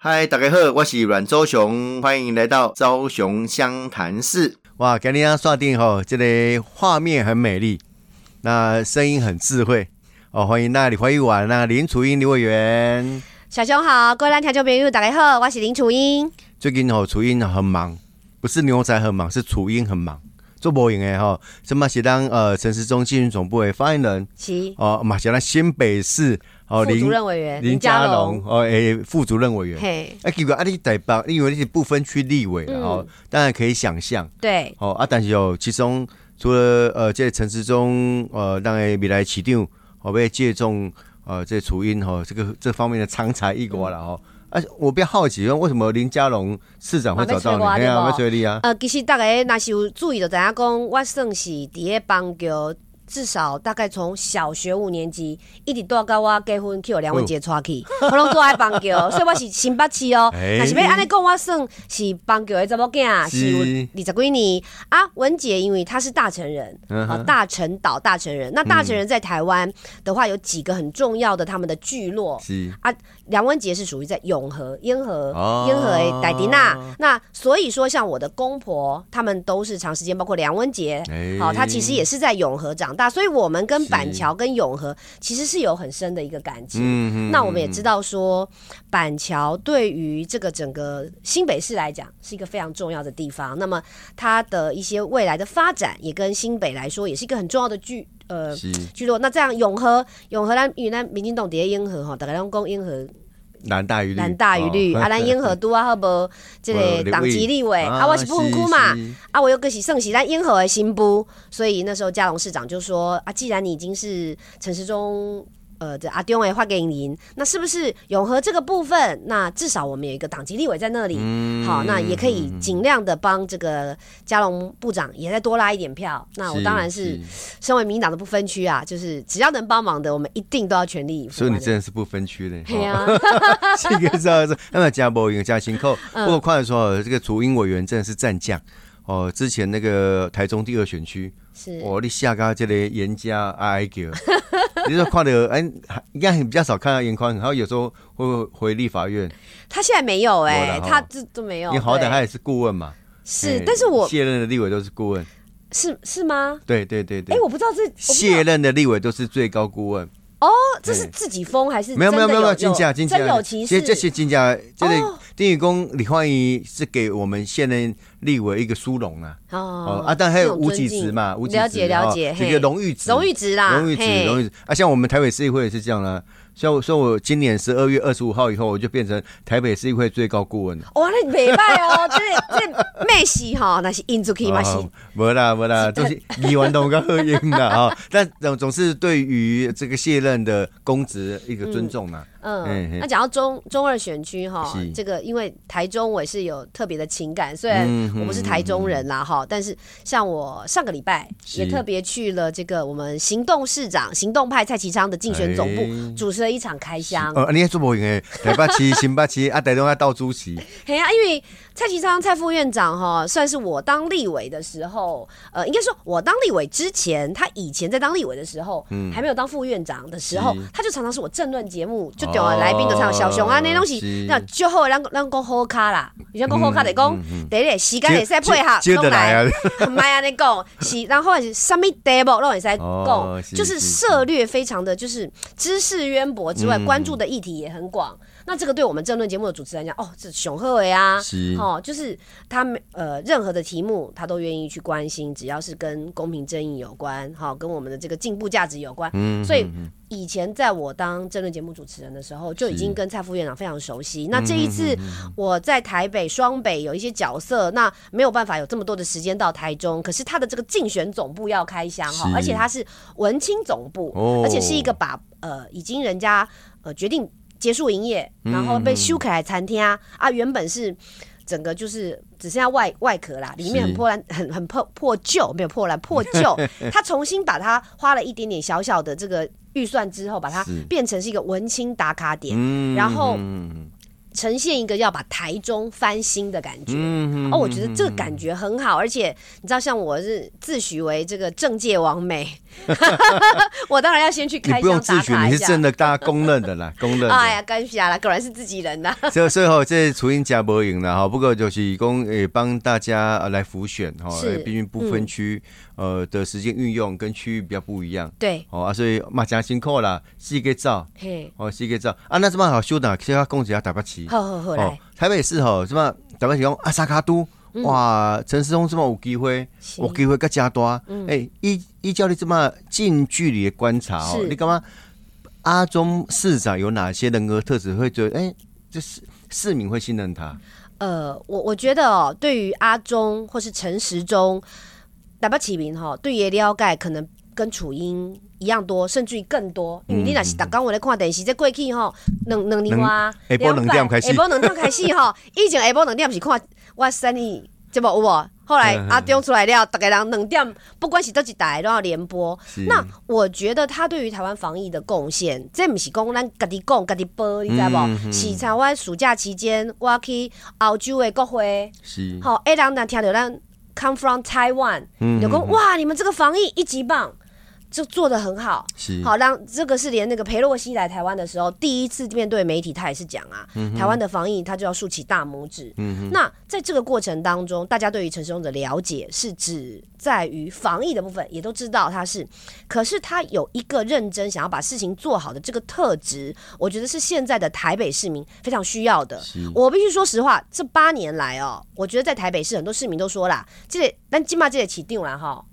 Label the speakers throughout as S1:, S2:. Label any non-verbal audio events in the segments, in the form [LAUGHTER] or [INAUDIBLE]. S1: 嗨，大家好，我是阮周雄，欢迎来到昭雄湘潭市。
S2: 哇，给你家刷定吼，这个画面很美丽，那声音很智慧哦。欢迎那李怀玉婉、那林楚英、刘委员。
S3: 小熊好，各位来听众朋友大家好，我是林楚英。
S2: 最近吼、楚英很忙，不是牛仔很忙，是楚英很忙，做播音的吼。什么是当呃陈时中新闻总部的发言人
S3: 是
S2: 哦，嘛是咱新北市哦
S3: 副主任委员
S2: 林佳龙，哦诶副主任委员。
S3: 嘿，
S2: 啊，结果啊，你台北，你以为你是不分区立委
S3: 嗯
S2: 了哦，当然可以想象。
S3: 对，
S2: 哦啊，但是哦，其中除了呃，这个陈时中呃，当然未来市长哦被借重呃，这楚英吼、这个这方面的长才一国
S3: 嗯
S2: 了吼。啊，我比较好奇，为什么林佳龙市长会找到你？
S3: 啊要找我
S2: 哎呀，
S3: 对不
S2: 要催你啊！
S3: 呃，其实大家若是有注意就知影讲，我算是伫咧邦桥，至少大概从小学五年级一直到到我结婚去有梁文
S2: [LAUGHS]
S3: 杰带去，我拢住在邦桥，所以我是新北市哦。
S2: 哎
S3: 若是要安尼讲，我算是邦桥的查某囝，
S2: 是
S3: 是有二十几年啊。文杰因为他是大成人，
S2: 嗯
S3: 啊
S2: 哼，嗯
S3: 大陈岛大成人。那大成人在台湾的话，有几个很重要的他们的聚落，
S2: 是
S3: 啊，梁文杰是属于在永和、烟河、
S2: 哦
S3: 烟河的戴迪娜。那所以说，像我的公婆，他们都是长时间，包括梁文杰，好、
S2: 哎
S3: 他其实也是在永和长大，所以我们跟
S2: 是
S3: 板桥跟永和其实是有很深的一个感情。
S2: 嗯
S3: 那我们也知道说，板桥对于这个整个新北市来讲是一个非常重要的地方。那么它的一些未来的发展，也跟新北来说也是一个很重要的聚呃
S2: 是
S3: 聚落。那这样永和永和咱与咱民进党底下烟河吼，大家拢讲烟河
S2: 蓝大于绿，
S3: 蓝大于绿，
S2: 哦
S3: 啊，咱烟河都啊好无这个党籍立
S2: [LAUGHS]
S3: 委啊，我是不分区嘛，
S2: 是是
S3: 啊，我又个是盛喜咱烟河的新部，所以那时候嘉龙市长就说啊，既然你已经是陈时中。呃，这阿丢诶，划给您，那是不是永和这个部分？那至少我们有一个党籍立委在那里，好，那也可以尽量的帮这个嘉龙部长也再多拉一点票。那啊我当然是身为民进党的不分区啊，就是只要能帮忙的，我们一定都要全力以赴
S2: 所
S3: 啊。
S2: 以你哦真的是不分区的。
S3: 对啊，
S2: [LAUGHS] 这个知道是，那么加波赢加辛扣。
S3: 嗯
S2: 不过快的说，这个竹英委员真的是战将哦。之前那个台中第二选区，
S3: [LAUGHS] 是
S2: 哦，你下个这个严家哀叫， [LAUGHS] 你说看到哎，应该比较少看到严宽，然后有时候会回立法院，
S3: 他现在没有
S2: 没
S3: 哎、
S2: 了哈
S3: 他这都没有。
S2: 因为好
S3: 对
S2: 歹他也是顾问嘛。
S3: 是
S2: 哎，
S3: 但是我
S2: 卸任的立委都是顾问，
S3: 是是吗？
S2: 对对对
S3: 哎、
S2: 对，
S3: 我不知道这我不知道
S2: 卸任的立委都是最高顾问，
S3: 哦，这是
S2: 哎
S3: 自己封还是
S2: 没有没有
S3: 真
S2: 没
S3: 的
S2: 有没有金价金价，
S3: 真有其
S2: 这
S3: 事？
S2: 这些金价，这
S3: 哦
S2: 个丁宇公李焕英是给我们现任立委一个殊荣啊。哦
S3: 哦
S2: 啊，但还有
S3: 这种
S2: 无
S3: 尊
S2: 几
S3: 敬
S2: 职嘛，无几职
S3: 了解了解，
S2: 哦
S3: 嘿
S2: 这个荣誉职，
S3: 荣誉值啦，
S2: 荣誉值，
S3: 嘿
S2: 荣誉值啊！像我们台北市议会也是这样啦、所以我，所以我今年十二月二十五号以后，我就变成台北市议会最高顾问了。
S3: 哇，那袂歹哦，这这妹戏哈，那是印出去嘛是，
S2: 哦没啦没啦，都
S3: [LAUGHS]
S2: 是李完东跟贺英啦啊！哦但总总是对于这个卸任的公职一个尊重啦。啊嘿嘿
S3: 嗯，那讲到中中二选区哈
S2: 是，
S3: 这个因为台中我也是有特别的情感，虽然
S2: 嗯
S3: 我不是台中人啦哈，但是像我上个礼拜
S2: 是
S3: 也特别去了这个我们行动市长行动派蔡其昌的竞选总
S2: 哎
S3: 部，主持了一场开箱。
S2: 哦，啊你也做不赢诶，台北市、 [LAUGHS] 新北市啊，台中啊到主席，
S3: 嘿呀、啊，因为蔡其昌蔡副院长哈、算是我当立委的时候，呃，应该说我当立委之前，他以前在当立委的时候，还没有当副院长的时候
S2: 嗯是，
S3: 他就常常是我政论节目就
S2: 哦
S3: 对我来宾就唱小熊啊那东
S2: 是嗯
S3: 西，那就好咱咱讲好卡啦，有些讲好卡得讲，第一时间会使配合，
S2: 接接得来啊，
S3: 唔系安尼讲，是然后是什么 table 拢会使
S2: 哦
S3: 讲，
S2: 是
S3: 就是
S2: 是
S3: 涉略非常的就是知识渊博之外，
S2: 嗯
S3: 关注的议题也很广。那这个对我们政论节目的主持人讲，哦，这熊赫伟啊
S2: 是，
S3: 哦，就是他们呃任何的题目他都愿意去关心，只要是跟公平正义有关，好、跟我们的这个进步价值有关，
S2: 嗯
S3: 所以。以前在我当政论节目主持人的时候，就已经跟蔡副院长非常熟悉。那这一
S2: 嗯
S3: 次我在台北、双北有一些角色，那没有办法有这么多的时间到台中，可是他的这个竞选总部要开箱哈
S2: 是，
S3: 而且他是文青总部，
S2: 哦
S3: 而且是一个把呃已经人家呃决定结束营业，
S2: 嗯
S3: 然后被修改餐厅啊，啊原本是。整个就是只剩下外外壳啦，里面很
S2: 是
S3: 破烂，很很破破旧，没有破烂破旧。
S2: [LAUGHS]
S3: 他重新把它花了一点点小小的这个预算之后，把它
S2: 是
S3: 变成是一个文青打卡点，
S2: 嗯
S3: 然后
S2: 嗯嗯
S3: 呈现一个要把台中翻新的感觉。
S2: 嗯
S3: 哦，我觉得这个感觉很好，而且你知道，像我是自诩为这个政界王美， [LAUGHS] 我当然要先去
S2: 你
S3: 开
S2: 不用
S3: 箱
S2: 自
S3: 打
S2: 诩，
S3: 卡
S2: 你
S3: 一
S2: 是真
S3: 下。
S2: 的大家公认的
S3: [LAUGHS]
S2: 啦，公认的。
S3: 哎呀，干啥啦？果然是自己人呐、
S2: 所以所以吼，这初音加无用啦吼，不过就是讲诶，帮大家呃来浮选吼，
S3: 是嗯
S2: 呃毕竟不分区、呃的时间运用跟区域比较不一样
S3: 对，
S2: 哦啊，所以嘛真辛苦啦，四个照
S3: 嘿，
S2: 哦，四个照啊，那这么好修的，其他公子要打不起
S3: 好好好来，嗯
S2: 哦，台北市吼，这么打不起讲啊，沙卡都。哇，陈世忠这么有机会，
S3: 是嗯
S2: 有机会更加大。哎，依依照你这么近距离的观察哦
S3: 是，
S2: 你干嘛？阿中市长有哪些人格特质会觉得，哎，这市市民会信任他？
S3: 呃，我我觉得哦，对于阿中或是陈时中、打巴启明哈，对爷了解可能跟楚英一样多，甚至于更多。因为你若
S2: 嗯
S3: 是打刚我咧看电视，这过去吼，两两年哇，
S2: 两下晡两点开始
S3: 下晡两点开始吼，以前下晡两点是看哇塞你，这无有无？后来
S2: 嗯
S3: 阿中啊出来了，大家人两点，不管是倒一台都要连播。
S2: 是
S3: 那我觉得他对于台湾防疫的贡献，这不是讲咱家己讲家己报，你知道不？是像我暑假期间，我去澳洲的国会，
S2: 是嗯
S3: 吼，哎，人人听到咱 come from Taiwan，就讲哇，你们这个防疫一级棒，就做的很好。
S2: 是
S3: 好，让这个是连那个佩洛西来台湾的时候，第一次面对媒体，他也是讲啊，
S2: 嗯
S3: 台湾的防疫他就要竖起大拇指。那在这个过程当中，大家对于陈时中的了解是指在于防疫的部分，也都知道他是，可是他有一个认真想要把事情做好的这个特质，我觉得是现在的台北市民非常需要的。我必须说实话，这八年来哦，我觉得在台北市很多市民都说啦，这个咱今嘛这个起定啦哈，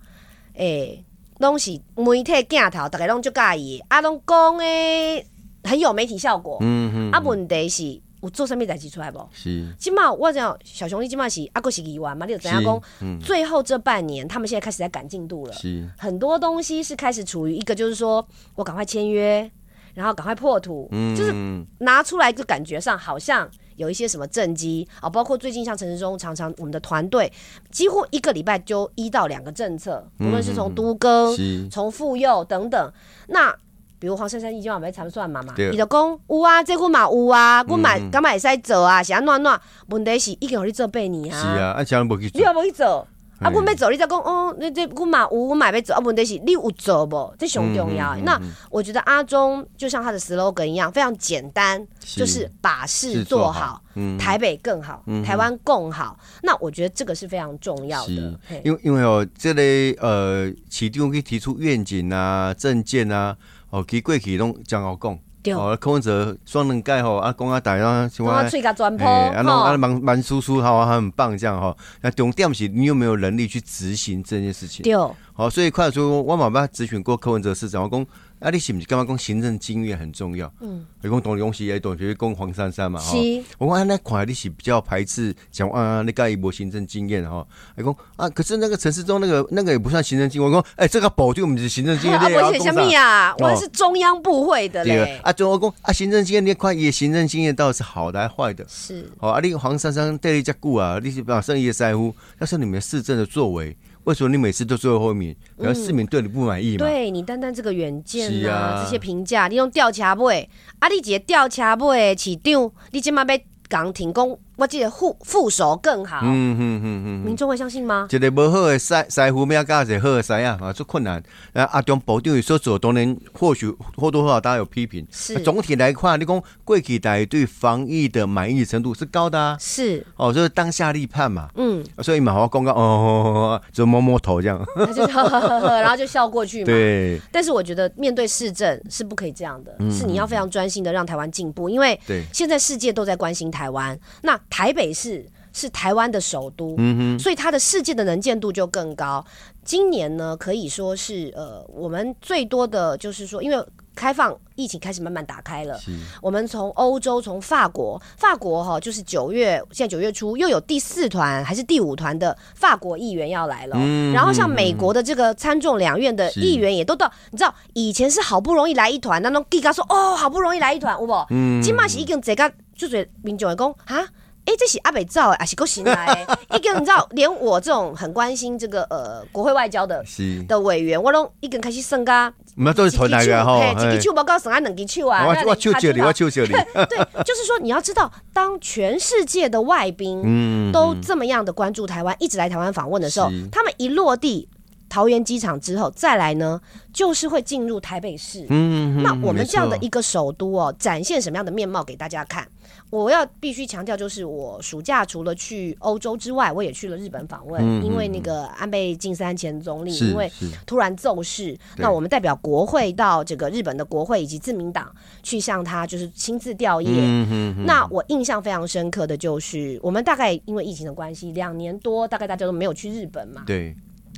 S3: 诶、拢是媒体镜头，大家拢就介意的，啊，拢讲诶很有媒体效果。
S2: 嗯
S3: 啊，问题是有做啥物代志出来无？
S2: 是
S3: 即满我讲小熊，你即满是啊，个是议员嘛，你就知影
S2: 是嗯
S3: 讲，最后这半年他们现在开始在赶进度了。
S2: 是
S3: 很多东西是开始处于一个就是说我赶快签约，然后赶快破土，
S2: 嗯
S3: 就是拿出来就感觉上好像有一些什么政绩啊，包括最近像陈时中常常我们的团队几乎一个礼拜就一到两个政策，无论是从都更、
S2: 嗯是
S3: 从妇幼等等，那。比如黄珊珊伊今晚要参算嘛嘛，
S2: 对嗯
S3: 伊就讲有啊，这阮嘛有啊，阮嘛敢嘛会使做啊，是安怎安怎样？问题是已经互你做八年
S2: 是啊，啊，家人无去
S3: 你
S2: 做
S3: 也，无去做，啊，
S2: 嗯
S3: 阮要做，你才讲哦，你这阮嘛有，阮嘛要做，啊，问题是你有做无？这上重
S2: 嗯
S3: 要的。那我觉得阿中就像他的 slogan 一样，非常简单，
S2: 是
S3: 就是把事
S2: 事
S3: 做
S2: 做
S3: 好
S2: 好，嗯
S3: 台北更好，台湾更好。那我觉得这个是非常重要的
S2: 是。
S3: 嘿
S2: 因为因为哦，这类呃，市长去提出愿景啊、政见啊，哦，其过去拢真好
S3: 对
S2: 讲，哦，柯文哲双能盖吼，啊，讲啊大啊，像
S3: 讲
S2: 我
S3: 啊，吹个转坡，
S2: 哎，啊，弄啊，
S3: 吼，
S2: 蛮蛮叔叔，好啊，很棒，这样哈。那重点是你有没有能力去执行这件事情？
S3: 对，
S2: 好，所以快说，我妈妈咨询过柯文哲市长，我讲，啊，你是不是干嘛讲行政经验很重要？嗯，你讲董永喜，也董学讲黄珊珊嘛，哈
S3: 是。
S2: 我讲啊，那看来你是比较排斥讲啊，你盖一波行政经验哈。他讲啊，可是那个陈市中那个那个也不算行政经验。我讲，哎，这个保定我们是行政经
S3: [LAUGHS]
S2: 验，
S3: 啊，
S2: 你也
S3: 我
S2: 要
S3: 写
S2: 讲
S3: 什么
S2: 啥
S3: 呀？
S2: 哦
S3: 我是中央部会的
S2: 对
S3: 嘞，
S2: 啊，最后讲啊，行政经验你看也行政经验到底是好的还是坏的？
S3: 是
S2: 好、啊，你黄珊珊带了一家顾啊，你是把生意在乎，要是你们市政的作为，为什么你每次都最后一名？然后
S3: 嗯
S2: 市民对你不满意嘛？
S3: 对你单单这个远见
S2: 是
S3: 啊，
S2: 啊
S3: 这些评价，你用吊车尾，啊，你一个吊车尾的市长，你即马要讲停工，我这个副副手更好，
S2: 嗯哼哼哼，
S3: 民众会相信吗？
S2: [LAUGHS] 一个无好的师师傅，要教一个好的师啊，啊，做困难。啊，阿中部长伊所做，当然或许或多或少大家有批评。
S3: 是
S2: 啊总体来看，你讲贵企台对防疫的满意程度是高的啊。
S3: 是，
S2: 哦，就是当下立判嘛，
S3: 嗯，
S2: 所以嘛，我公告哦哦，哦哦就摸摸头这
S3: [LAUGHS]
S2: 样。
S3: 他就呵呵呵呵，然后就笑过去嘛。
S2: 对
S3: 但是我觉得面对市政是不可以这样的，是你要非常专心的让台湾进步，因为
S2: 对，
S3: 现在世界都在关心台湾，那台北市是台湾的首都，所以它的世界的能见度就更高。今年呢，可以说是呃，我们最多的就是说，因为开放疫情开始慢慢打开了，我们从欧洲，从法国，法国哈、就是九月，现在九月初又有第四团还是第五团的法国议员要来了哦、然后像
S2: 嗯
S3: 美国的这个参众两院的议员也都到，你知道以前是好不容易来一团，那
S2: 嗯
S3: 种地嘎说哦，好不容易来一团，有无？今嘛是已经这个就是民众会讲啊。哎、这是阿北造的，还是
S2: [LAUGHS]
S3: 够行来的？一个你知道，连我这种很关心这个呃国会外交的
S2: 是，
S3: 的委员，我拢已经开始算噶，
S2: 我们都是传来个吼，
S3: 嘿一
S2: 嘿
S3: 个手无够算啊，两只手啊，
S2: 我
S3: 那
S2: 我
S3: 你
S2: 求求你，
S3: 卡
S2: 我
S3: 住
S2: 求求你，
S3: 哪对，就是说你要知道，当全世界的外宾
S2: 嗯，
S3: 都这么样的关注台湾，一直来台湾访问的时候
S2: 是，
S3: 他们一落地桃园机场之后，再来呢，就是会进入台北市。 [LAUGHS]
S2: 嗯，嗯
S3: 那我们这样的，
S2: 没
S3: 一个首都哦，展现什么样的面貌给大家看？我要必须强调，就是我暑假除了去欧洲之外，我也去了日本访问，
S2: 嗯
S3: 因为
S2: 嗯
S3: 那个安倍晋三前总理
S2: 错
S3: 因为
S2: 是是，
S3: 突然奏事，那我们代表国会到这个日本的国会以及自民党去向他就是亲自吊唁。
S2: 嗯嗯嗯，
S3: 那我印象非常深刻的就是，我们大概因为疫情的关系，两年多大概大家都没有去日本嘛。
S2: 对，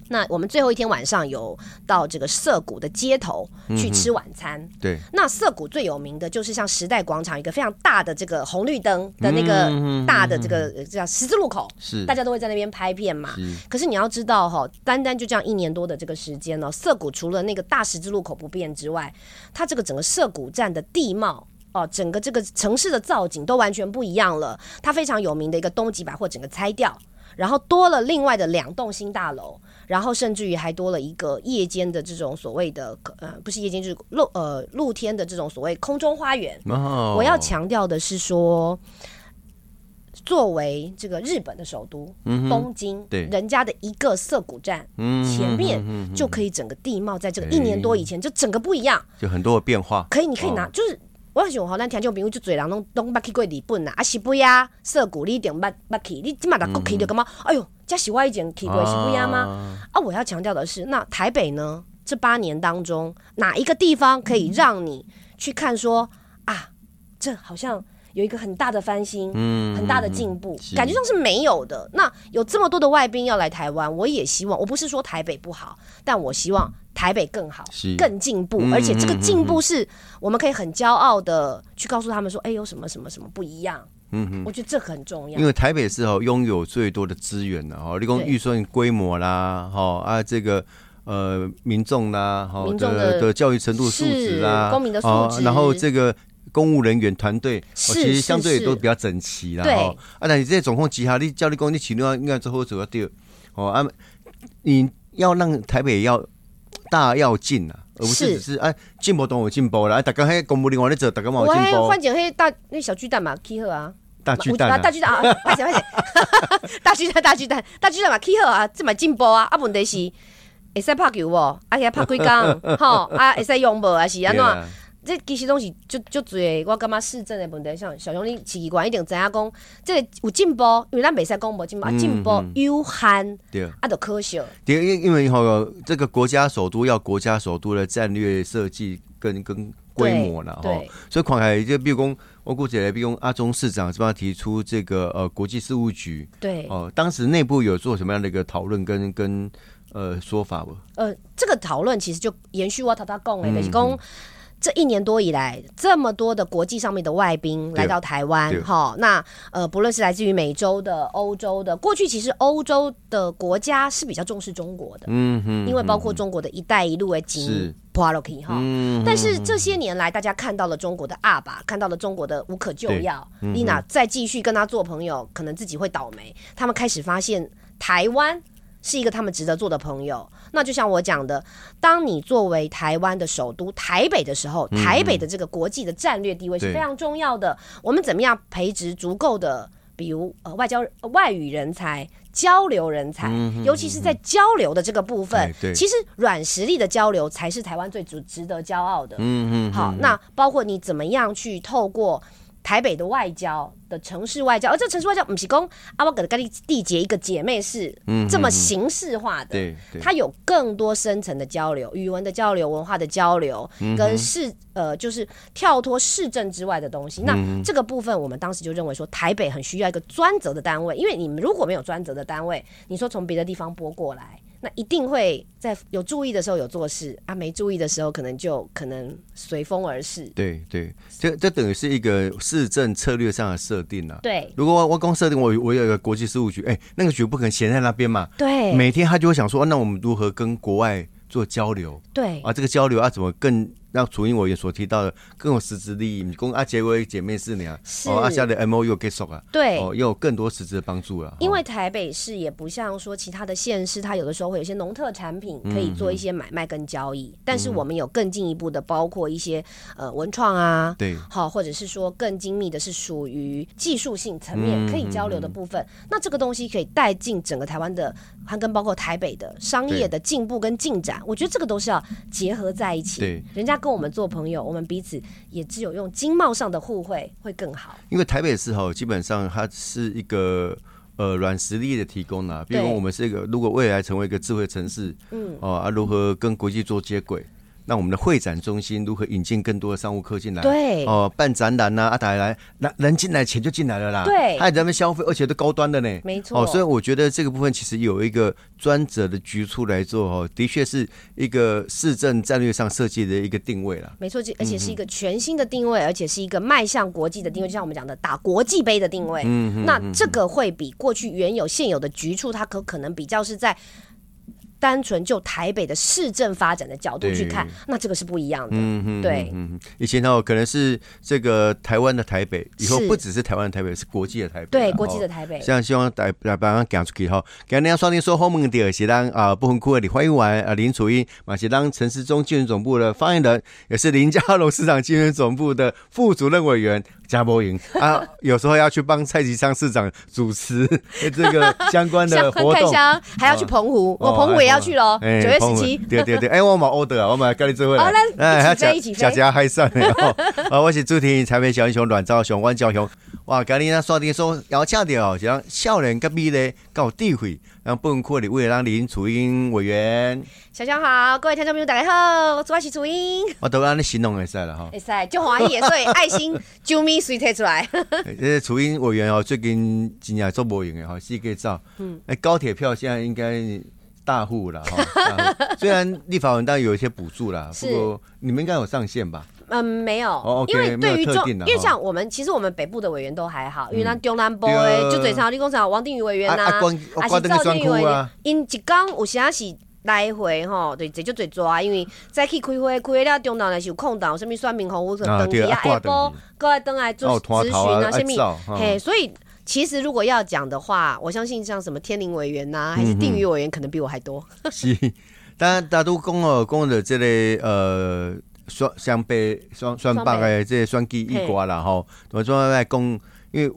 S3: 那我们最后一天晚上有到这个涩谷的街头去吃晚餐。
S2: 对，
S3: 那涩谷最有名的就是像时代广场一个非常大的这个红绿灯的那个大的这个呃叫十字路口，
S2: 是，
S3: 大家都会在那边拍片嘛。
S2: 是
S3: 可是你要知道哈、单单就这样一年多的这个时间哦，涩谷除了那个大十字路口不变之外，它这个整个涩谷站的地貌。哦，整个这个城市的造景都完全不一样了。它非常有名的一个东急百货整个拆掉，然后多了另外的两栋新大楼，然后甚至于还多了一个夜间的这种所谓的呃，不是夜间，就是露呃露天的这种所谓空中花园。
S2: 哦，
S3: 我要强调的是说，作为这个日本的首都、东京，
S2: 嗯对
S3: 人家的一个涩谷站、
S2: 嗯
S3: 前面
S2: 嗯嗯嗯
S3: 就可以整个地貌在这个一年多以前就整个不一样，
S2: 就很多的变化，
S3: 可以，你可以拿、
S2: 哎哦
S3: 就是。我很喜欢，咱听众朋友就嘴人拢拢捌去过日本啦，啊西不呀、涩谷你一定捌捌去，你即马若国去就
S2: 嗯
S3: 感觉，哎哟，这是我以前去过的西不呀吗？
S2: 啊？
S3: 啊，我要强调的是，那台北呢，这八年当中，哪一个地方可以让你去看说啊，这好像有一个很大的翻新，
S2: 嗯
S3: 很大的进步，
S2: 是
S3: 感觉上是没有的。那有这么多的外宾要来台湾，我也希望，我不是说台北不好，但我希望台北更好
S2: 是，
S3: 更进步，
S2: 嗯
S3: 而且这个进步是我们可以很骄傲的去告诉他们说，哎，有什么什么什么不一样。
S2: 嗯
S3: 我觉得这很重要
S2: 因。为台北市哦拥有最多的资源了哦，立功
S3: 对
S2: 预算规模啦，哈啊这个呃民众啦，哈
S3: 民众
S2: 的
S3: 的
S2: 的教育程度素质啦，
S3: 是公民的素
S2: 哦
S3: 质
S2: 然后这个。公务人员团队，哦
S3: 是
S2: 其实相对也
S3: 是
S2: 都比较整齐啦。
S3: 对
S2: 哦啊，那你这总共集哈，你教你讲你起另外应该之后主要对，哦啊，你要让台北要大要进啊，而不是只
S3: 是
S2: 是哎进步都有进步啦，啊，大家还公务人员在做，大家嘛有
S3: 我
S2: 进
S3: 还
S2: 步
S3: 换，成黑大那小巨蛋嘛，K 和啊。
S2: 大巨蛋
S3: 啊，
S2: 啊
S3: 大，巨蛋啊， [LAUGHS] 快点快点， [LAUGHS] 大巨蛋大巨蛋大巨蛋嘛，起好啊，这嘛进步啊，啊问题是会使拍球无，啊且拍几
S2: [LAUGHS]
S3: 工，吼，啊会使用无啊是安
S2: 对
S3: 怎？
S2: 啊
S3: 这其实拢是就就最我感觉市政的问题，像小熊你奇怪一定知影讲，这个有进步，因为咱袂使讲无进
S2: 嗯
S3: 步，啊进步有限，
S2: 对。
S3: 啊就可惜，
S2: 第二，因因为哈、这个国家首都要国家首都的战略设计跟跟规模了哈、
S3: 对对
S2: 所以广海就比如讲，我估计来比如讲阿中市长这边提出这个呃国际事务局
S3: 对，
S2: 哦、当时内部有做什么样的一个讨论跟跟呃说法不？
S3: 呃，这个讨论其实就延续我头头
S2: 嗯
S3: 讲的，就是讲。这一年多以来，这么多的国际上面的外宾来到台湾
S2: 对，
S3: 哈，那呃，不论是来自于美洲的、欧洲的，过去其实欧洲的国家是比较重视中国的，
S2: 嗯哼，
S3: 因为包括中国的一带一路的
S2: 是
S3: 经破了 k 哈。
S2: 嗯
S3: 但是这些年来，大家看到了中国的阿爸，看到了中国的无可救药，
S2: 嗯
S3: 丽娜再继续跟他做朋友，可能自己会倒霉。他们开始发现台湾是一个他们值得做的朋友。那就像我讲的，当你作为台湾的首都台北的时候，台北的这个国际的战略地位
S2: 嗯
S3: 是
S2: 对
S3: 非常重要的。我们怎么样培植足够的，比如呃外交呃外语人才、交流人
S2: 嗯
S3: 才，尤其是在交流的这个部分
S2: 哎，对
S3: 其实软实力的交流才是台湾最值值得骄傲的。
S2: 嗯嗯
S3: 好，那包括你怎么样去透过台北的外交的城市外交，而这城市外交不是讲啊，我给跟你缔结一个姐妹市，
S2: 嗯
S3: 这么形式化的。
S2: 对对，
S3: 它有更多深层的交流，语文的交流、文化的交流，跟市呃，就是跳脱市政之外的东西。那这个部分，我们当时就认为说，台北很需要一个专责的单位，因为你们如果没有专责的单位，你说从别的地方拨过来，那一定会在有注意的时候有做事啊，没注意的时候可能就可能随风而逝。
S2: 对对，这这等于是一个市政策略上的设定啊。
S3: 对
S2: 如果我我刚设定我有我有一个国际事务局，哎、那个局不可能闲在那边嘛，
S3: 对
S2: 每天他就会想说，啊那我们如何跟国外做交流
S3: 对
S2: 啊？这个交流要怎么更让楚英委员所提到的更有实质利益，你讲啊结为姐妹是呢，
S3: 是
S2: 哦，啊下的 M O U 结束啊，
S3: 对
S2: 哦，又有更多实质的帮助了，
S3: 因为
S2: 哦
S3: 台北市也不像说其他的县市，它有的时候会有一些农特产品可以
S2: 嗯
S3: 做一些买卖跟交易，但是我们有更进一步的，包括一些呃文创啊，
S2: 对
S3: 好，或者是说更精密的是属于技术性层
S2: 嗯
S3: 面可以交流的部分。那这个东西可以带进整个台湾的，还跟包括台北的商业的进步跟进展，我觉得这个都是要结合在一起。
S2: 对，
S3: 人家跟我们做朋友，我们彼此也只有用经贸上的互惠会更好。
S2: 因为台北市哈，基本上它是一个呃软实力的提供啊啦，比如
S3: 对
S2: 我们是一个如果未来成为一个智慧城市，嗯，哦啊如何跟国际做接轨。那我们的会展中心如何引进更多的商务客进来？
S3: 对
S2: 哦，办展览呐、啊，啊，打来，人人进来，钱就进来了啦。
S3: 对
S2: 还在那边消费，而且都高端的呢。
S3: 没错
S2: 哦，所以我觉得这个部分其实有一个专责的局处来做哦，的确是一个市政战略上设计的一个定位啦。
S3: 没错，这
S2: 嗯
S3: 而且是一个全新的定位，而且是一个迈向国际的定位，就像我们讲的打国际杯的定位。
S2: 嗯
S3: 那这个会比过去原有现有的局处，它可可能比较是在。单纯就台北的市政发展的角度去
S2: 对嗯
S3: 看，那这个是不一样的。对，
S2: 以前哦，可能是这个台湾的台北，以后
S3: 是
S2: 不只是台湾的台北，是国际的台北啦。
S3: 对，国际
S2: 哦
S3: 的台北，
S2: 像希望大大把咱讲出去吼，今天双林说后门的是咱啊不分区的立法委员啊林楚英，嘛是咱陈市中竞选总部的发言人，也是林佳龙市长竞选总部的副主任委员贾伯莹
S3: [LAUGHS]
S2: 啊，有时候要去帮蔡其昌市长主持 [LAUGHS] 这个相关的
S3: 像
S2: 活
S3: 开
S2: 动。啊
S3: 箱还要去澎湖，我澎湖也要去喽，
S2: 哦
S3: 九
S2: 哎
S3: 月
S2: 澎湖
S3: 十七。
S2: 对对
S3: [LAUGHS]
S2: 对，哎，我嘛 order 啊，我嘛跟你做伙
S3: 好
S2: 来
S3: 咱，一起飞
S2: 哎
S3: 一起飞
S2: 假假嗨上了哦。 [LAUGHS] 啊，我是主持人台北小英雄阮兆雄、阮兆雄。哇，今日咱刷听说邀请到像少年甲美咧，较有智慧，咱本科的为咱林楚英委员，
S3: 小香好，各位听众朋友大家好，我是楚英，
S2: 我都安尼形容会使了吼。
S3: 哎塞，就欢喜的，所以爱心啾咪随贴出来，
S2: 这楚英委员哦，最近真正做无用的
S3: [LAUGHS]
S2: 吼，四个照。嗯，哎，高铁票现在应该大户了哈。大户虽然立法文当然有一些补助啦，不
S3: [LAUGHS] 是
S2: 过你们应该有上限吧？
S3: 嗯，没有，
S2: 哦，OK，
S3: 因为对于
S2: 没有特
S3: 中，
S2: 定的哈
S3: 因为像我们其实我们北部的委员都还好，因为咱中南部
S2: 对
S3: 的
S2: 啊
S3: 就嘴上立工厂王定宇委员
S2: 啊
S3: 呐
S2: 啊关，
S3: 还
S2: 关
S3: 是
S2: 灯的
S3: 赵
S2: 专
S3: 定
S2: 区
S3: 宇委员
S2: 啊，
S3: 因一工有时啊是来回吼，对，这就最抓，因为早起开会，开会了中昼来是有空档，什么选民服务
S2: 啊
S3: 等
S2: 对
S3: 啊
S2: 啊，挂
S3: 下
S2: 回
S3: 晡
S2: 去
S3: 过来等来
S2: 还
S3: 做
S2: 有
S3: 咨
S2: 摊
S3: 询
S2: 头啊
S3: 啊，什
S2: 要照
S3: 么，
S2: 哈
S3: 嘿，所以。其实如果要讲的话，我相信像什么天林委员啊
S2: 嗯
S3: 呐、还是定宇委员，可能比我还多。
S2: 是， [LAUGHS] 但大都讲哦，讲的这个呃，双双北双双北的这个选举一挂啦吼，我专门来讲，因为。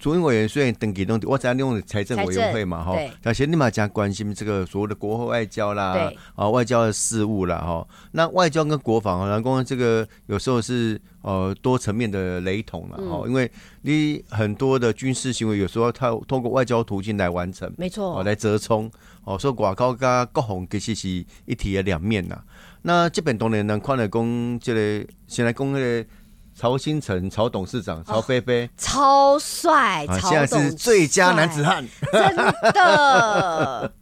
S2: 主任委员虽然登记弄，我知道你用的财政委员会嘛
S3: 财
S2: 吼
S3: 政对，
S2: 但是你嘛加关心这个所谓的国后外交啦
S3: 对，
S2: 啊外交的事务啦吼。那外交跟国防，然后这个有时候是呃多层面的雷同啦吼，因为你很多的军事行为有时候它通过外交途径来完成，
S3: 没错
S2: 哦，，来折冲哦，所以外交甲国防其实是一体的两面呐、那这边当然能看了讲，这个先来讲迄个曹新成、曹董事长、曹飞飞、
S3: 超帅，
S2: 啊，
S3: 哦哎曹
S2: 现在
S3: 董
S2: 是最佳男子
S3: 帅，
S2: 汉。
S3: 真的。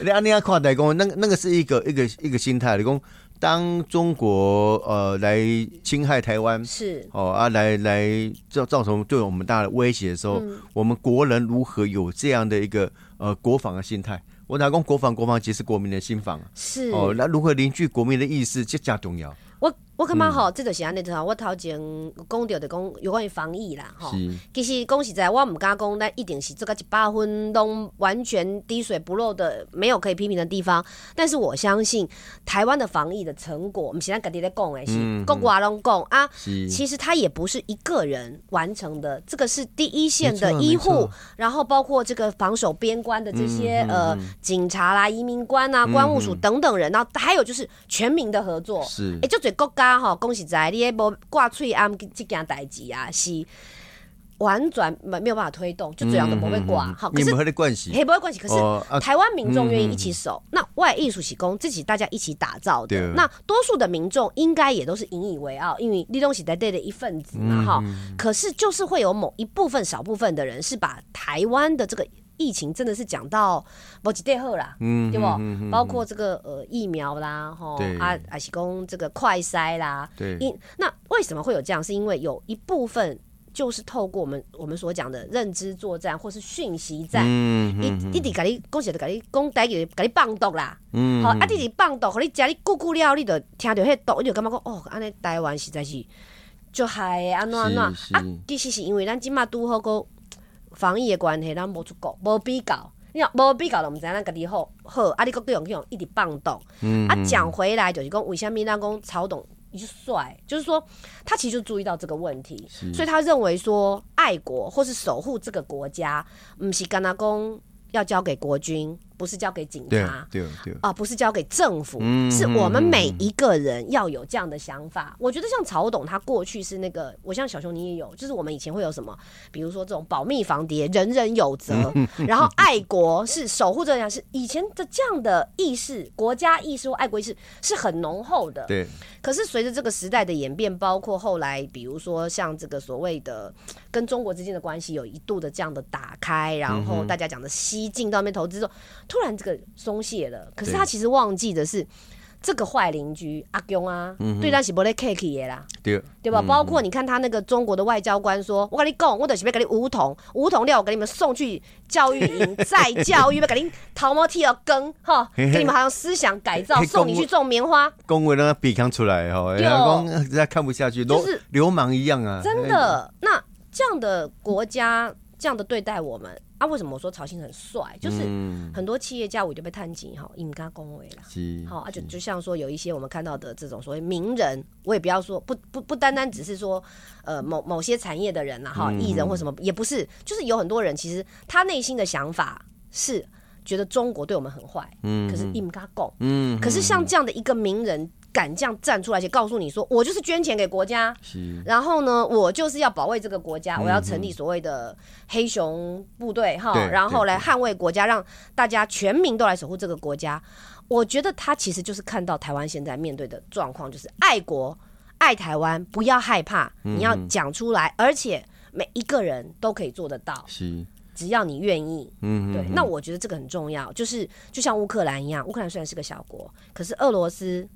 S2: 你安尼啊看待讲，那个那个是一个一个一个心态，你讲当中国呃来侵害台湾。
S3: 是
S2: 哦啊，来来造造成对我们大的威胁的时候，
S3: 嗯
S2: 我们国人如何有这样的一个呃国防的心态？我哪讲国防，国防其实是国民的心防啊。
S3: 是，
S2: 哦，那如何凝聚国民的意识，这加重要。
S3: 我我感觉
S2: 嗯
S3: 吼，这就是安尼吼，我头前讲到的讲有关于防疫啦，吼。
S2: 是
S3: 其实讲实在，我毋敢讲，咱一定是做到一百分拢完全滴水不漏的，没有可以批评的地方。但是我相信台湾的防疫的成果，毋是咱家己在讲的，
S2: 嗯
S3: 是国外拢讲啊。
S2: 是，
S3: 其实它也不是一个人完成的，这个是第一线
S2: 没
S3: 的
S2: 错
S3: 医
S2: 没
S3: 护
S2: 错，嗯
S3: 然后包括这个防守边关的这些、呃警察啦、移民官啊、关务署等等人，然后还有就是全民的合作。
S2: 是
S3: 诶，就嘴国家吼，讲实在，你也无挂喙暗即件代志啊，是完全没没有办法推动，就这样都不会挂。好、可
S2: 你
S3: 是
S2: 们和的关系
S3: 黑不会关系，可是
S2: 哦啊嗯
S3: 台湾民众愿意一起守，那外艺术喜功自己大家一起打造的
S2: 对，
S3: 那多数的民众应该也都是引以为傲，因为立东喜在队的一份子嘛
S2: 嗯
S3: 哈。可是就是会有某一部分少部分的人是把台湾的这个。疫情真的是讲到某几代后啦，
S2: 嗯
S3: 对不？包括这个呃疫苗啦，吼
S2: 对
S3: 啊啊是讲这个快筛啦，
S2: 对
S3: 因那为什么会有这样？是因为有一部分就是透过我们我们所讲的认知作战或是讯息战。
S2: 嗯
S3: 伊
S2: 嗯
S3: 弟弟甲你讲实，就甲你讲台语，甲你放毒啦。
S2: 嗯
S3: 好、啊，弟弟放毒，互你食你咕咕了，你就听着迄毒，你就感觉讲，哦，安尼台湾实在是就害的安怎安怎样
S2: 是是
S3: 啊？其实是因为咱即马拄好个防疫的关系，咱无出国，无比较。你若无比较，就毋知咱家己好好。啊，你搁用去用一直放毒。
S2: 嗯
S3: 啊，讲回来就是讲，为什么咱讲曹董就帅，就是说他其实就注意到这个问题，所以他认为说爱国或是守护这个国家，不是干那公要交给国军，不是交给警
S2: 对
S3: 察。
S2: 对对，
S3: 啊，不是交给政府，
S2: 嗯
S3: 是我们每一个人要有这样的想法。我觉得像曹董，他过去是那个，我像小熊你也有，就是我们以前会有什么，比如说这种保密防谍，人人有责，
S2: 嗯
S3: 然后爱国是守护这样，是以前的这样的意识，国家意识或爱国意识是很浓厚的。
S2: 对，
S3: 可是随着这个时代的演变，包括后来，比如说像这个所谓的跟中国之间的关系有一度的这样的打开，然后大家讲的西进到那边投资之后，突然这个松懈了。可是他其实忘记的是，这个坏邻居阿公啊，对咱是无咧客气的啦。
S2: 对，
S3: 对吧？包括你看他那个中国的外交官说：“我跟你讲，我就是要给你梧桐，梧桐料我给你们送去教育营，再教育，要给你桃毛剃了根，哈，给你们好像思想改造，
S2: 嘿
S3: 送你去种棉花。”
S2: 恭维那个鼻腔出来吼，人
S3: 对
S2: 家讲人家看不下去，流
S3: 就是
S2: 流氓一样啊，
S3: 真的，那这样的国家这样的对待我们啊，为什么我说曹兴很帅？就是
S2: 嗯
S3: 很多企业家我就被探及哈，应该恭维啦。
S2: 是，
S3: 好啊，就就像说有一些我们看到的这种所谓名人，我也不要说不不不单单只是说呃某某些产业的人啦
S2: 嗯
S3: 哈，艺人或什么也不是，就是有很多人其实他内心的想法是觉得中国对我们很坏，
S2: 嗯
S3: 可是应该讲。
S2: 嗯，
S3: 可是像这样的一个名人敢这样站出来，且告诉你说我就是捐钱给国家，
S2: 是
S3: 然后呢，我就是要保卫这个国家，我要成立所谓的黑熊部队哈
S2: 嗯对，
S3: 然后
S2: 对
S3: 来捍卫国家，让大家全民都来守护这个国家。我觉得他其实就是看到台湾现在面对的状况，就是爱国、爱台湾，不要害怕，
S2: 嗯
S3: 你要讲出来，而且每一个人都可以做得到，
S2: 是，
S3: 只要你愿意。
S2: 嗯，
S3: 对，那我觉得这个很重要，就是就像乌克兰一样，乌克兰虽然是个小国，可是俄罗斯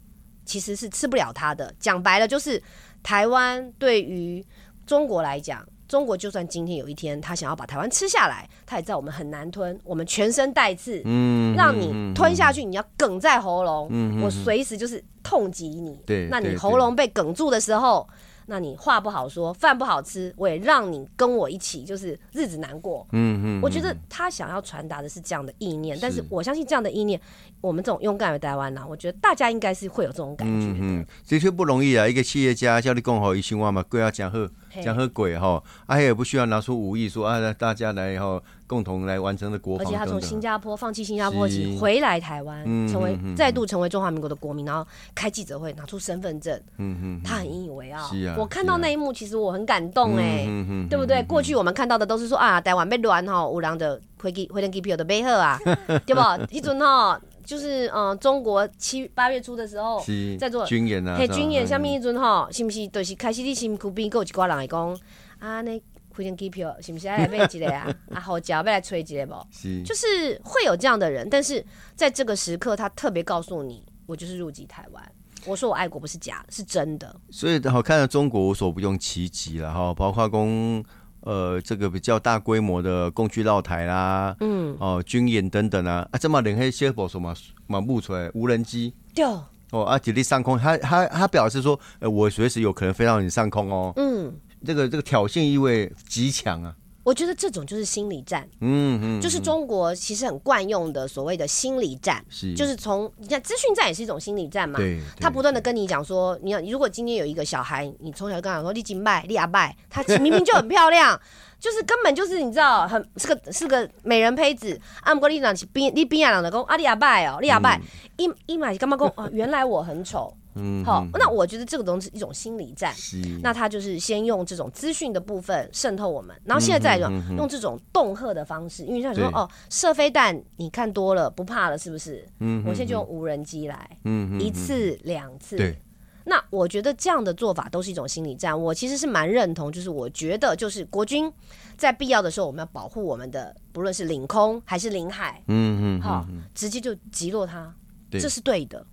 S3: 其实是吃不了它的。讲白了，就是台湾对于中国来讲，中国就算今天有一天他想要把台湾吃下来，他也知道我们很难吞，我们全身带刺，
S2: 嗯，
S3: 让你吞下去，你要梗在喉咙，我随时就是痛击你。
S2: 对
S3: 那你
S2: 对
S3: 喉咙被梗住的时候。那你话不好说，饭不好吃，我也让你跟我一起，就是日子难过。
S2: 嗯嗯，
S3: 我觉得他想要传达的是这样的意念，但是我相信这样的意念，我们这种勇敢的台湾人，我觉得大家应该是会有这种感觉的。
S2: 嗯，的确不容易啊！一个企业家叫你讲好一心话嘛，贵要讲好
S3: 嘿
S2: 讲好鬼哈，啊也不需要拿出武艺说啊，大家来哈、共同来完成的国
S3: 而
S2: 防
S3: 且
S2: 等
S3: 他从
S2: 等。
S3: 新加坡放弃新加坡起
S2: 是
S3: 回来台湾，
S2: 嗯
S3: 成为
S2: 嗯嗯
S3: 再度成为中华民国的国民，然后开记者会，拿出身份证，
S2: 嗯嗯
S3: 他很引以为傲
S2: 是啊。
S3: 我看到
S2: 是啊
S3: 那一幕，其实我很感动哎。
S2: 嗯嗯
S3: 对不对？过去我们看到的都是说啊，台湾被乱吼，有人的回机回登机票的背后啊，对不？一阵吼，就是嗯、呃中国七八月初的时候，
S2: 是
S3: 在做
S2: 军演啊，
S3: 嘿，
S2: 是吧
S3: 军演
S2: 嗯
S3: 下面迄阵吼，是毋是就是开始你身躯边佫有一寡人会讲啊，那飞张机票是毋是要来买一个啊？啊，护照要来吹一个无？
S2: 是
S3: 就是会有这样的人，但是在这个时刻，他特别告诉你，我就是入籍台湾。我说我爱国不是假的，是真的。
S2: 所以好看到中国无所不用其极了哈，包括公呃这个比较大规模的共军绕台啦，嗯，哦军演等等啊，啊这么连黑些保守嘛嘛冒出来无人机。
S3: 对，
S2: 哦，啊，极力上空，他他他表示说，呃，我随时有可能飞到你上空哦，
S3: 嗯，
S2: 这个这个挑衅意味极强啊，
S3: 我觉得这种就是心理战，
S2: 嗯嗯，
S3: 就是中国其实很惯用的所谓的心理战，
S2: 是
S3: 就是从你看资讯战也是一种心理战嘛，
S2: 对
S3: 他
S2: 对
S3: 不断的跟你讲说，你要如果今天有一个小孩，你从小就跟他讲说你金拜、你阿拜，他明明就很漂亮， [LAUGHS] 就是根本就是你知道很是个是个美人胚子。啊，不过你讲是边你边啊人的讲啊你阿拜哦，你阿拜，一一买干嘛讲啊？原来我很丑，
S2: 嗯
S3: 好，那我觉得这个东西是一种心理战。
S2: 是
S3: 那他就是先用这种资讯的部分渗透我们，
S2: 嗯
S3: 然后现在再用、用这种恫吓的方式，因为像说
S2: 对
S3: 哦，射飞弹你看多了不怕了是不是？嗯，我现在就用无人机来，
S2: 嗯
S3: 一次两次。
S2: 对，
S3: 那我觉得这样的做法都是一种心理战，我其实是蛮认同。就是我觉得，就是国军在必要的时候，我们要保护我们的，不论是领空还是领海，
S2: 嗯嗯，
S3: 哈、直接就击落它，
S2: 对
S3: 这是对的。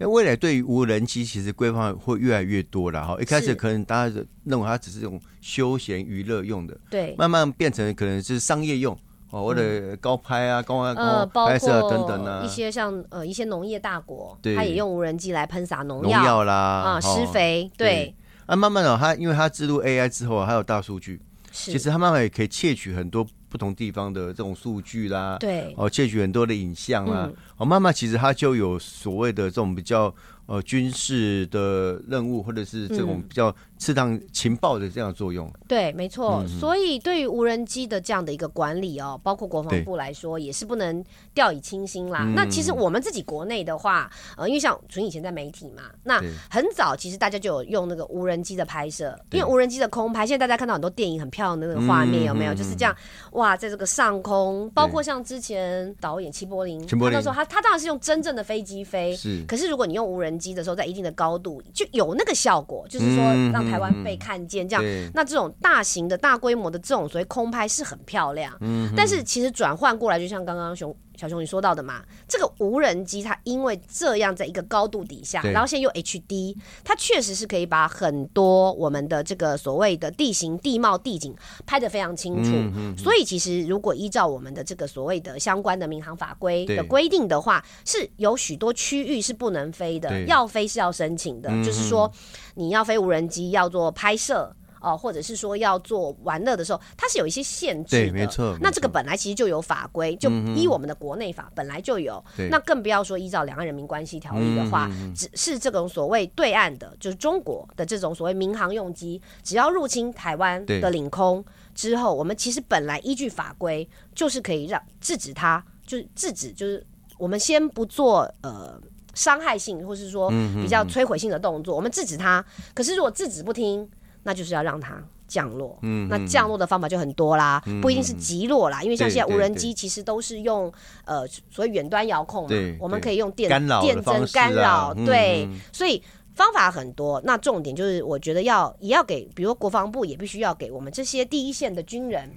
S2: 因为未来对于无人机其实规范会越来越多了哈。一开
S3: 是
S2: 始可能大家认为它只是这种休闲娱乐用的，
S3: 对，嗯
S2: 慢慢变成可能是商业用哦，或者高拍啊、高
S3: 呃，
S2: 啊、高
S3: 包
S2: 拍摄啊
S3: 括
S2: 等等啊
S3: 一，些像呃一些农业大国，
S2: 对
S3: 它也用无人机来喷洒农
S2: 农药啦
S3: 啊、
S2: 哦
S3: 施肥，对，
S2: 啊，慢慢的它因为它植入 AI 之后啊，还有大数据，
S3: 是，
S2: 其实它慢慢也可以窃取很多不同地方的这种数据啦，
S3: 对，
S2: 哦，窃取很多的影像啦、
S3: 嗯
S2: 哦，慢慢其实它就有所谓的这种比较呃军事的任务，或者是这种
S3: 嗯
S2: 比较适当情报的这样的作用。
S3: 对，没
S2: 嗯
S3: 错。所以对于无人机的这样的一个管理哦，包括国防
S2: 对嗯
S3: 部来说，也是不能掉以轻心啦。那其实我们自己国内的话，呃，因为像纯以前在媒体嘛，那
S2: 对
S3: 很早其实大家就有用那个无人机的拍摄，因
S2: 对
S3: 为无人机的空拍，现在大家看到很多电影很漂亮的那个画面，
S2: 嗯
S3: 有没有？
S2: 嗯
S3: 就是这样，哇，在这个上空，包括像之前导演齐柏林，
S2: 齐柏林
S3: 他那时候他他当然是用真正的飞机飞，
S2: 是
S3: 可是如果你用无人机的时候，在一定的高度就有那个效果，就是说
S2: 嗯
S3: 让台
S2: 嗯
S3: 湾
S2: 嗯
S3: 被看见这样。
S2: 对
S3: 那这种大型的、大规模的这种所谓空拍是很漂亮，
S2: 嗯
S3: 但是其实转换过来，就像刚刚熊小熊你说到的嘛，这个无人机它因为这样在一个高度底下，
S2: 对
S3: 然后现在又 HD，它确实是可以把很多我们的这个所谓的地形、地貌、地景拍得非常清楚。
S2: 嗯
S3: 所以其实如果依照我们的这个所谓的相关的民航法规的
S2: 对
S3: 规定的话，是有许多区域是不能飞的，
S2: 对嗯
S3: 要飞是要申请的，就是说你要飞无人机要做拍摄。哦，或者是说要做玩乐的时候，它是有一些限制的。
S2: 对没错
S3: 那
S2: 没
S3: 这个
S2: 错嗯
S3: 本来其实就有法规，就依我们的国内法本来就有。
S2: 对嗯
S3: 那更不要说依照《两岸人民关系条例》的话，只是这种所谓对岸的，就是中国的这种所谓民航用机，只要入侵台湾
S2: 对
S3: 的领空之后，我们其实本来依据法规就是可以让制止它，就是制止，就是我们先不做呃。伤害性，或是
S2: 嗯
S3: 说比较摧毁性的动作，我们制止它。可是如果制止不听，那就是要让它降落。嗯，那降落的方法就很多啦，不一定是击落啦，因为像
S2: 嗯对
S3: 现在无
S2: 对
S3: 人
S2: 对
S3: 机其实都是用呃所谓远端遥控嘛
S2: 对，
S3: 我们
S2: 对
S3: 可以用电
S2: 干扰的
S3: 电
S2: 方
S3: 针
S2: 式
S3: 干
S2: 啊
S3: 扰，对，所以。方法很多，那重点就是，我觉得要也要给，比如国防部也必须要给我们这些第一线的军人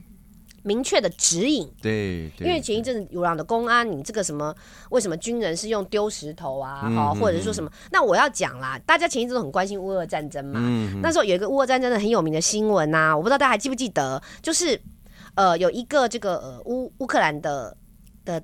S3: 明确的指引，
S2: 对对，
S3: 因为前一阵子有朗的公安，啊你这个什么，为什么军人是用丢石头啊，
S2: 嗯
S3: 哈、或者是说什么？那我要讲啦，大家前一阵都很关心乌俄战争嘛，
S2: 嗯
S3: 那时候有一个乌俄战争的很有名的新闻呐、我不知道大家还记不记得，就是呃有一个这个呃乌乌克兰的的。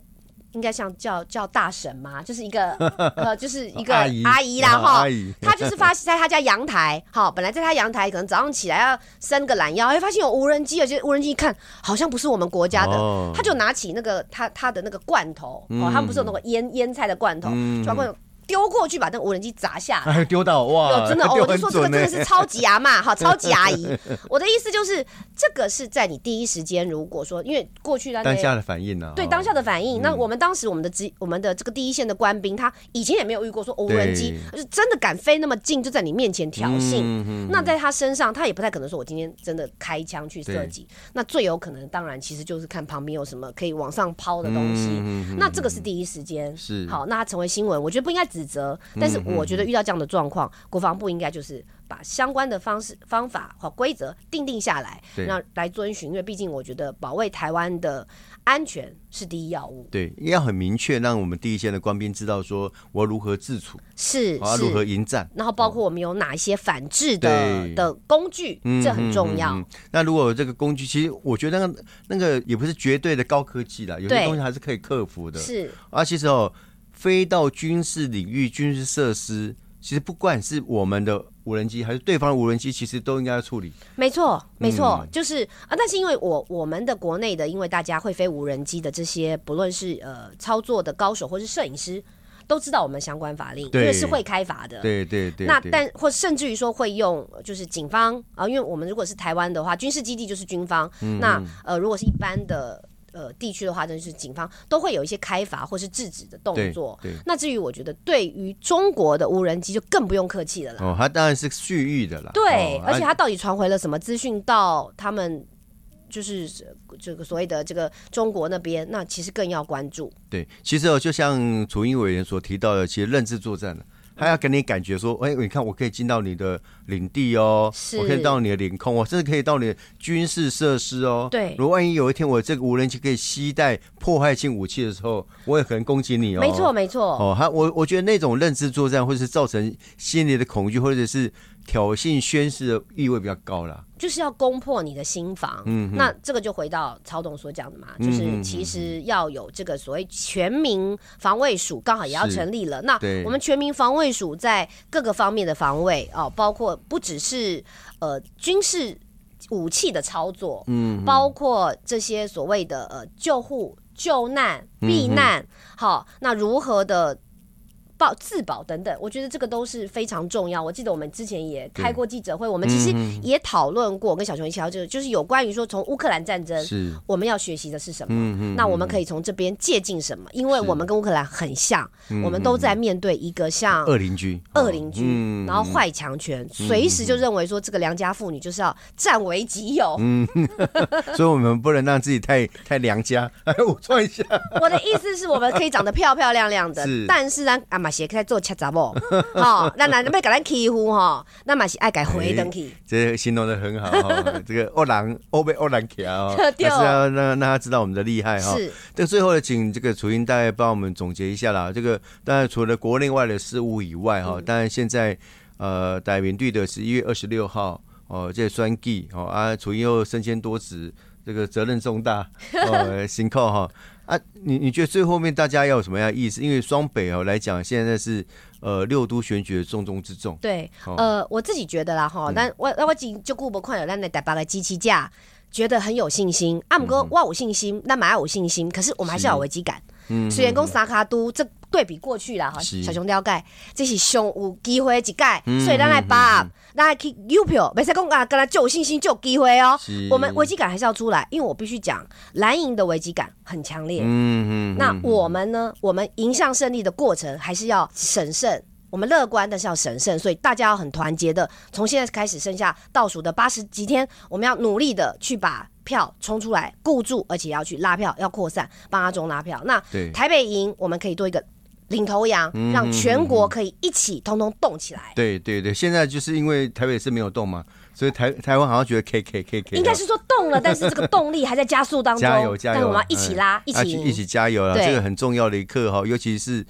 S3: 应该像叫叫大神嘛，就是一个呃，就是一
S2: [LAUGHS]
S3: 个
S2: 阿姨
S3: 阿姨啦
S2: 啊
S3: 哈
S2: 阿姨，
S3: 她就是发在她家阳台，好，本来在她阳台，可能早上起来要伸个懒腰，哎，发现有无人机，有些无人机一看好像不是我们国家的，
S2: 哦
S3: 她就拿起那个她她的那个罐头，
S2: 嗯
S3: 哦，他们不是有那个腌腌菜的罐头，就把罐头丢过去，把那个无人机砸下来。
S2: [LAUGHS] 哎丢到哇，
S3: 有真的，哦
S2: 丢
S3: 我就
S2: 很
S3: 说这个
S2: 准欸
S3: 真的
S2: 呢
S3: 是超级
S2: [LAUGHS]
S3: 阿嬷哈，超级阿姨。我的意思就是，这个是在你第一时间，如果说因为过去那
S2: 当下的反应呢、啊，
S3: 欸对
S2: 哦
S3: 当下的反应，那我们当时我们的职我们的这个第一线的官兵，他以前也没有遇过说哦无人机就是真的敢飞那么近，就在你面前挑
S2: 嗯
S3: 衅。那在他身上，他也不太可能说我今天真的开枪去射击。那最有可能，当然其实就是看旁边有什么可以往上抛的东西。那这个是第一时间
S2: 是
S3: 好，那他成为新闻，我觉得不应该指责，但是我觉得遇到这样的状况，国防部应该就是把相关的方式、方法和规则定定下来，
S2: 对
S3: 那来遵循，因为毕竟我觉得保卫台湾的安全是第一要务，
S2: 对，要很明确，让我们第一线的官兵知道说我要如何自处，
S3: 是
S2: 我要
S3: 是
S2: 如。何迎战。
S3: 然后包括我们有哪一些反制的
S2: 对
S3: 的工具，
S2: 嗯
S3: 这很重要。
S2: 那如果这个工具，其实我觉得那个那个也不是绝对的高科技啦，有些
S3: 对
S2: 东西还是可以克服的。
S3: 是
S2: 啊，其实哦，飞到军事领域、军事设施，其实不管是我们的无人机还是对方的无人机，其实都应该要处理。
S3: 没错，
S2: 嗯
S3: 没错，就是啊，但是因为我我们的国内的，因为大家会飞无人机的这些，不论是呃操作的高手或是摄影师，都知道我们相关法令，因
S2: 对
S3: 为是会开罚的。
S2: 对对对，
S3: 那
S2: 对
S3: 但或甚至于说会用，呃就是警方啊、因为我们如果是台湾的话，军事基地就是军方。
S2: 嗯
S3: 那呃，如果是一般的呃地区的话，就是警方都会有一些开罚或是制止的动
S2: 对
S3: 作。
S2: 对
S3: 那至于我觉得对于中国的无人机就更不用客气了啦。
S2: 哦，它当然是蓄意的啦。
S3: 对，
S2: 哦
S3: 而且
S2: 啊
S3: 他到底传回了什么资讯到他们，就是呃这个所谓的这个中国那边，那其实更要关注。
S2: 对，其实哦，就像楚英委员所提到的，其实认知作战了。他要给你感觉说，哎、你看我可以进到你的领地哦，
S3: 是
S2: 我可以到你的领空，我哦甚至可以到你的军事设施哦。
S3: 对
S2: 如果万一有一天我这个无人机可以携带破坏性武器的时候，我也可能攻击你哦。
S3: 没错，没错，
S2: 哦，他我我觉得那种认知作战，或是造成心理的恐惧，或者是挑衅宣示的意味比较高啦。
S3: 就是要攻破你的心房。
S2: 嗯
S3: 那这个就回到曹董所讲的嘛，就是其实要有这个所谓全民防卫署，刚好也要
S2: 是
S3: 成立了。那
S2: 对
S3: 我们全民防卫署在各个方面的防卫哦，包括不只是呃军事武器的操作，嗯，包括这些所谓的呃救护、救难、
S2: 嗯
S3: 避难，好、那如何的。保自保等等，我觉得这个都是非常重要。我记得我们之前也开过记者会，我们其实
S2: 嗯
S3: 也讨论过，我跟小熊一起聊，就是就是有关于说从乌克兰战争，
S2: 是嗯
S3: 我们要学习的是什么？那我们可以从这边借鉴什么？因为我们跟乌克兰很像，我们都在面对一个像
S2: 嗯恶邻居，
S3: 恶邻居，
S2: 嗯
S3: 然后坏强权，随时就认为说这个良家妇女就是要占为己有。
S2: 所以我们不能让自己太太良家。哎，我撞一下，
S3: [LAUGHS] 我的意思是我们可以长得漂漂亮亮的，
S2: 是
S3: 但是咱啊嘛是在做恰杂某， [LAUGHS] 哈，那男的被给咱欺负哈，那嘛是爱改回登去。，
S2: 这形容的很好哈、哦。这个欧狼欧被欧狼卡哦还是
S3: [LAUGHS] 对哦
S2: 要让让他知道我们的厉害哈、
S3: 是
S2: 但最后呢，请这个楚英大概帮我们总结一下啦。这个当然除了国内外的事务以外
S3: 嗯
S2: 哈，当然现在呃，台民队的十一月二十六号哦，这双 G 哦啊，楚英又身兼多职，这个责任重
S3: [LAUGHS]
S2: 大哦，辛苦哈。啊，你你觉得最后面大家要有什么样的意思？因为双北哦来讲，现在是呃六都选举的重中之重。
S3: 对，
S2: 哦嗯
S3: 呃，我自己觉得啦哈，但我我只就顾不看有咱的台北的机器架，觉得很有信心。啊，姆哥，
S2: 嗯
S3: 我有信心，那蛮有信心，可是我们还是要有危机感。虽然讲三卡都这对比过去啦哈，
S2: 是嗯
S3: 小熊了解，这是上有机会的一盖，所以咱来把握，咱来去邮票，没使讲啊，跟他就有信心，就有机会哦
S2: 是。
S3: 我们危机感还是要出来，因为我必须讲，蓝营的危机感很强烈。
S2: 嗯嗯，
S3: 那我们呢？我们迎向胜利的过程还是要审慎。我们乐观，但是要审慎，所以大家要很团结的。从现在开始，剩下倒数的八十几天，我们要努力的去把票冲出来，固住，而且要去拉票，要扩散，帮阿中拉票。那
S2: 对
S3: 台北赢，我们可以多一个领头羊，让全国可以一起通通动起来。
S2: 对对对，现在就是因为台北市没有动嘛，所以台台湾好像觉得 K K K K，
S3: 应该是说动了，但是这个动力还在加速当中。
S2: [LAUGHS] 加油加
S3: 但
S2: 油！
S3: 我们要一起拉，
S2: 嗯
S3: 一
S2: 啊
S3: 起
S2: 去
S3: 赢，
S2: 一起加油啦！
S3: 对
S2: 这个很重要的一刻哈，尤其是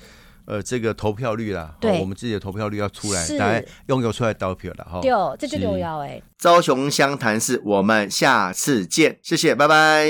S2: 呃这个投票率啦，哦
S3: 对
S2: 我们自己的投票率要出来，
S3: 是
S2: 大家用有出来投票了哈。
S3: 对，这就重要哎、
S1: 昭雄湘潭市，我们下次见，谢谢，拜拜。